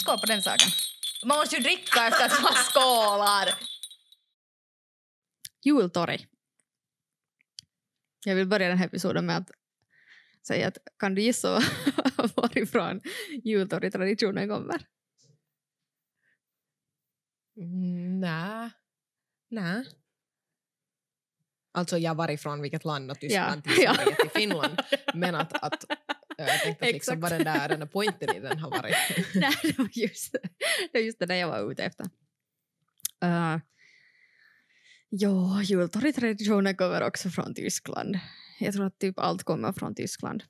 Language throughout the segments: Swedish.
skål på den saken. Man måste ju dricka efter att man skålar. Jultorg. Jag vill börja den här episoden med att säga att kan du gissa varifrån jultorgtraditionen kommer? Mm, Nej. Nej. Alltså jag varifrån, vilket land, och Tyskland, Ja. till Ja. Sverige, till Finland. Men att, att äh, jag tänkte att liksom Exakt. vad den där, den där pointen i den har varit. Nej, det var just det, var just det där jag var ute efter. Uh, ja, jultorgtraditionen kommer också från Tyskland. Jag tror att typ allt kommer från Tyskland.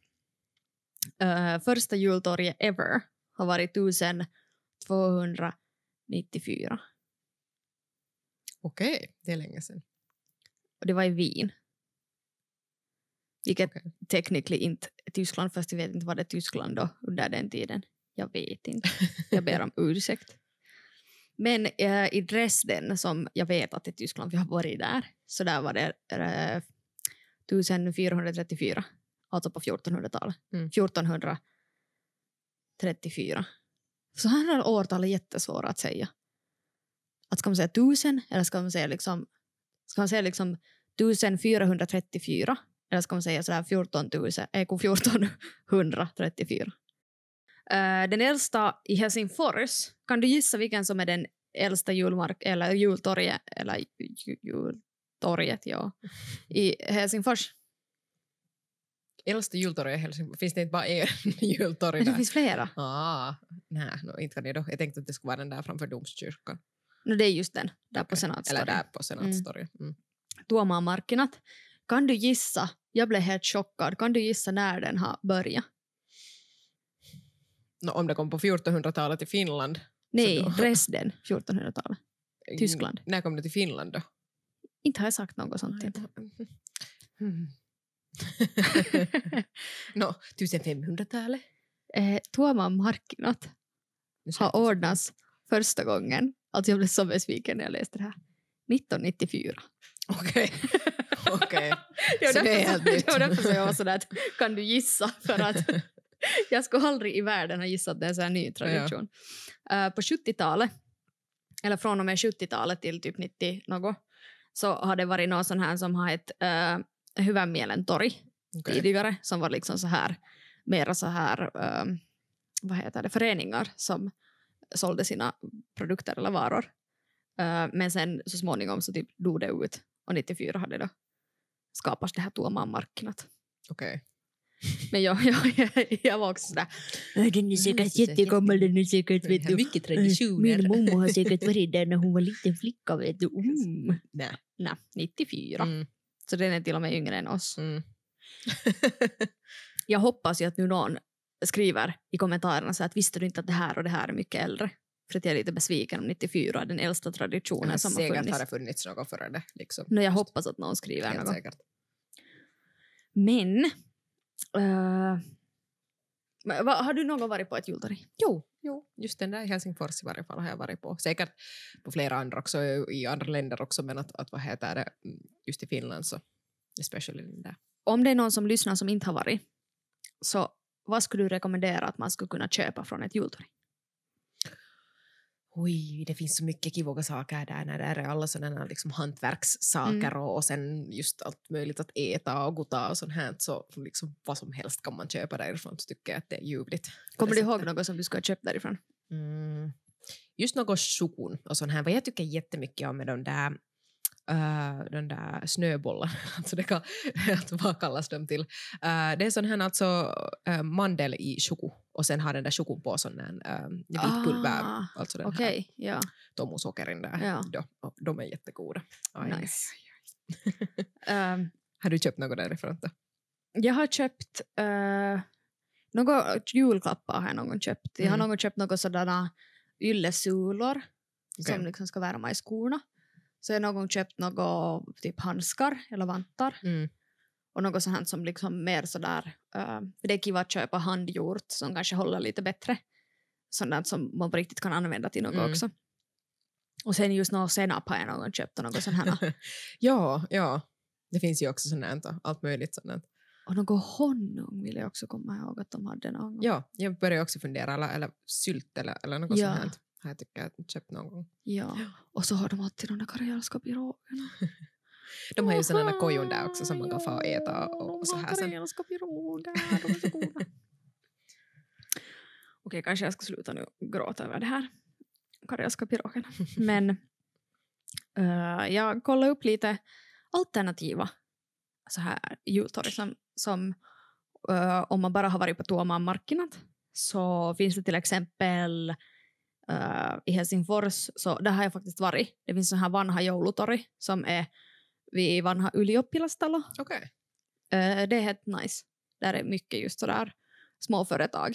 Eh, första jultorget ever har varit 1294. Okej, det är länge sedan. Och det var i Wien. Vilket Okej. technically inte är Tyskland, fast jag vet inte vad det är Tyskland då under den tiden. Jag vet inte. Jag ber om ursäkt. Men eh, i Dresden, som jag vet att det är Tyskland, vi har varit där, så där var det eh, 1434, alltså på 1400-talet. Mm. 1434. Så här är årtal är jättesvåra att säga. Att ska man säga 1000 eller ska man säga liksom Ska man säga liksom 1434? Eller ska man säga sådär 14 000, eh, 1434? Eh, den äldsta i Helsingfors, kan du gissa vilken som är den äldsta julmark eller jultorget, eller ju, jultorget, ja, i Helsingfors? Äldsta jultorget i Helsingfors, finns det inte bara en jultorg Men det där? finns flera. Ah, nej, no, inte kan jag då. Jag tänkte att det skulle vara den där framför domkyrkan. No, det är just den, där på Okej. Eller Senatstorget. där på senatstorget. Mm. Tuomaan markkinat. Kan du gissa? Jag blev helt chockad. Kan du gissa när den har börjat? Nå, om det kom på 1400-talet i Finland. Nej, då- Dresden, 1400-talet. Tyskland. När kom det till Finland då? Inte har jag sagt något sånt. typ. inte. Mm. Nå, 1500-talet. eh, Tuoman markkinat Nu har säger jag ordnats första gången. Alltså jag blev så besviken när jag läste det här. 1994. Okej. Okej. var Så det är därför- helt nytt. det var därför som jag var sådär att kan du gissa? För att jag skulle aldrig i världen ha gissat det är en sån här ny tradition. Eh, på 70-talet, eller från och med 70-talet till typ 90 något, så har det varit någon sån här som har ett uh, Hyvänmielen torg. Okej. tidigare som var liksom så här, mera så här, ehm, vad heter det, föreningar som sålde sina produkter eller varor. Eh, men sen så småningom så typ dog det ut och 94 hade då skapats det här Tuomaan-markkinat. Okej. Men jag, jag, jag var också sådär, den är säkert Det är så jättegammal, den är Det säkert, är vet du. Mycket Min traditioner. mormor har säkert varit där när hon var liten flicka, vet du. Mm. Nej. Nej, 94. Mm. Så den är till och med yngre än oss. Mm. jag hoppas ju att nu någon skriver i kommentarerna så att visste du inte att det här och det här är mycket äldre? För att jag är lite besviken om 94 är den äldsta traditionen som har Säkert har det funnits. funnits något före det. Liksom. No, jag hoppas att någon skriver Helt något. säkert. Men... eh, men vad- har du någon gång varit på ett jultorg? Jo, jo, just den där i Helsingfors i varje fall har jag varit på. Säkert på flera andra också, i andra länder också, men att, att vad heter det, mm, just i Finland så, especially den där. Om det är någon som lyssnar som inte har varit, så vad skulle du rekommendera att man skulle kunna köpa från ett jultorg? Oj, det finns så mycket kivoga saker där. När där är alla sådana Mm. liksom hantverkssaker och, och sen just allt möjligt att äta och goda och sånt här. Så liksom vad som helst kan man köpa därifrån så tycker jag att det är ljuvligt. Kommer du Precis. ihåg något som du skulle ha köpt därifrån? Mm. Just något chokon och sånt här. Vad jag tycker jättemycket om är de där, äh, de där snöbollarna. Alltså det kan, att vad kallas de till? Äh, det är sån här alltså äh, mandel i choko och sen har den där chokon på sån här äh, vit pulver. Ah, alltså den här Okej, ja. tomusockerin där. Ja. Då, och de är jättegoda. Aj. Nice. Ehm, Har du köpt något därifrån då? Jag har köpt eh, några julklappar har jag någon gång köpt. Jag har Mm. någon gång köpt några sådana yllesulor som Okej. liksom ska värma i skorna. Så jag har någon gång köpt några typ handskar eller vantar Mm. och något sånt här som liksom mer sådär, eh, för det är kiva att köpa handgjort som kanske håller lite bättre. Sånt där som man på riktigt kan använda till något Mm. också. Och sen just någon senap har jag någon gång köpt och något sånt här. ja, ja. Det finns ju också sånt här, allt möjligt sånt här. Och någon honung vill jag också komma ihåg att de hade någon gång. Ja, jag börjar också fundera, eller, eller sylt eller, eller något Ja. sånt här. Har jag tycker att köpt någon gång. Ja. Och så har de alltid de där karelska pirogerna. De har ju sådana kojun där också som man kan få och äta och, och så här sen. sen. De har karelska piroger, de är så goda. Okej, kanske jag ska sluta nu gråta över det här. Karelska pirogerna. Men eh, jag kollade upp lite alternativa så här jultorg som, som eh, om man bara har varit på Tuomaan markkinat så finns det till exempel eh, i Helsingfors, så där har jag faktiskt varit. Det finns sån här vanha joulutori som är vid vanha ylioppilastalo. Okej. Eh, det är helt nice. Där är mycket just sådär småföretag.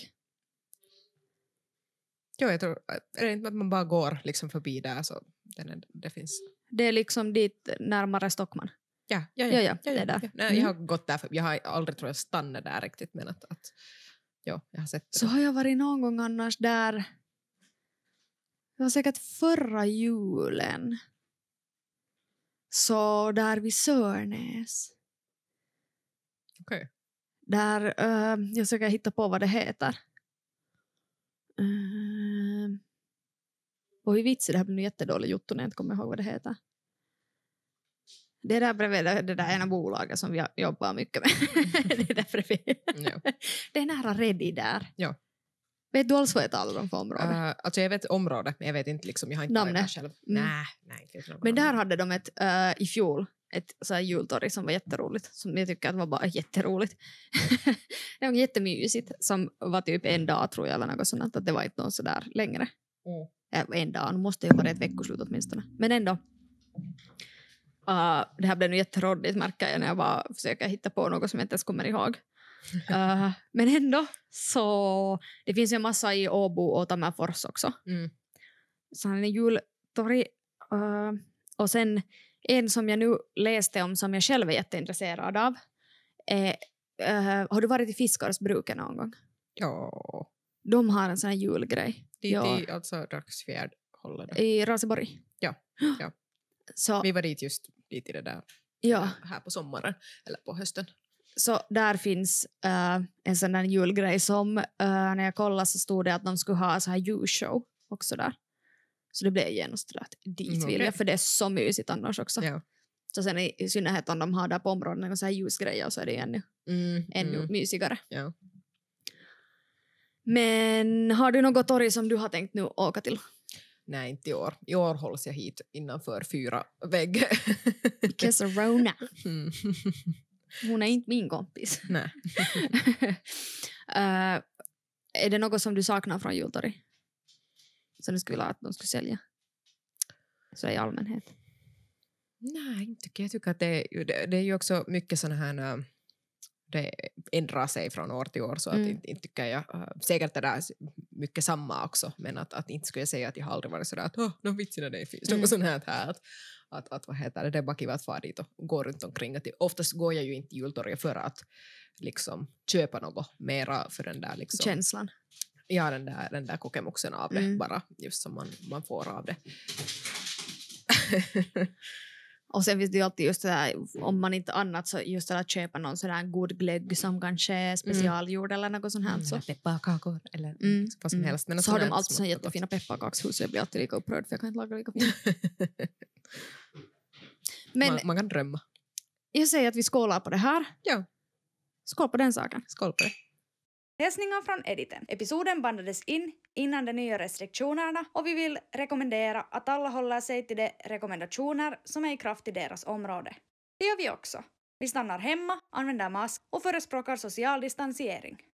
Jo, jag tror, eh, är det inte att man bara går liksom förbi där så den är, det finns. Det är liksom dit närmare Stockman. Ja, ja, Ja, ja, det är där. Nej, Mm. Jag har gått där, för, jag har aldrig tror jag stannat där riktigt men att, att jo, jag har sett det. Så har jag varit någon gång annars där. Det var säkert förra julen. Så där vid Sörnäs. Okej. Där, eh, jag försöker hitta på vad det heter. Uh, oj vitsi, det här blir nu jättedålig jotto när jag inte kommer ihåg vad det heter. Det är där bredvid det, det där ena bolaget som vi jobbar mycket med. det är där bredvid. Jo. Det är nära Reddy där. Ja. Vet du alls vad jag talar om för område? Äh, alltså jag vet området men jag vet inte liksom, jag har inte varit Namnet. där själv. Mm. Nej, nej. inte vet jag någon Men där annan. hade de ett äh, i fjol ett så här jultorg som var jätteroligt. Som jag tycker att var bara jätteroligt. det var jättemysigt. Som var typ en dag tror jag eller något sånt. Att det var inte någon sådär längre. Mm. Äh, en dag, nu måste ju vara ett veckoslut åtminstone. Men ändå. Äh, det här blev nu jätteroddigt märker jag när jag bara försöker hitta på något som jag inte ens kommer ihåg. Äh, men ändå så. Det finns ju en massa i Åbo och Tammerfors också Mm. sellainen jultori. Öö, äh, och sen en som jag nu läste om som jag själv är jätteintresserad av. Är, öö, har du varit i Fiskarsbruken någon gång? Ja, De har en sån här julgrej dit Ja. i alltså Dragsfjärd håller det. i Raseborg. Ja, ja. Så, Vi var dit just dit i det där eh, ja, här på sommaren eller på hösten. så där finns öö, en sån där julgrej som öö, när jag kollade så stod det att de skulle ha så här julshow också där. Så det blev genast det där att dit Mm, vill okej. jag för det är så mysigt annars också. Ja. Så sen i, i synnerhet om de har där på områdena någon så här ljusgrejer så är det ju ännu, Mm, ännu mm. mysigare. Ja. Men har du något torg som du har tänkt nu åka till? Nej, inte i år. I år hålls jag hit innanför fyra vägg. Because Rona. mm. Hon är inte min kompis. Nej. Eh, är det något som du saknar från jultorg? Som du skulle vilja att de skulle sälja? Så i allmänhet. Nej, inte tycker jag. jag tycker att det, är ju- det, det är ju också mycket sån här... äh, Det ändrar sig från år till år så att Mm. inte, inte tycker jag... äh, Säkert det där är mycket samma också men att, att inte skulle jag säga att jag har aldrig varit sådär att åh, no vitsi när det finns något Mm. sånt här. här att, att, att vad heter det, det är bara kiva att fara dit och gå runt omkring. Att det, oftast går jag ju inte till jultorget för att liksom köpa något mera för den där liksom... Känslan. ja, den där, den där kokemuksen av det Mm. bara, just som man, man får av det. Och sen finns det ju alltid just det där, om man inte annat så just det där att köpa någon sån där god glögg som kanske Mm. är specialgjord eller något sånt här. Så. pepparkakor eller Mm, Mm. vad som mm. helst. Men så alltså har sådana de här alltid smakar såna gott. jättefina pepparkakshus. Jag blir alltid lika upprörd för jag kan inte laga lika fina. Men man, man kan drömma. jag säger att vi skålar på det här. Ja. Skål på den saken. Skål på det. Hälsningar från editen. Episoden bandades in innan de nya restriktionerna och vi vill rekommendera att alla håller sig till de rekommendationer som är i kraft i deras område. Det gör vi också. Vi stannar hemma, använder mask och förespråkar social distansering.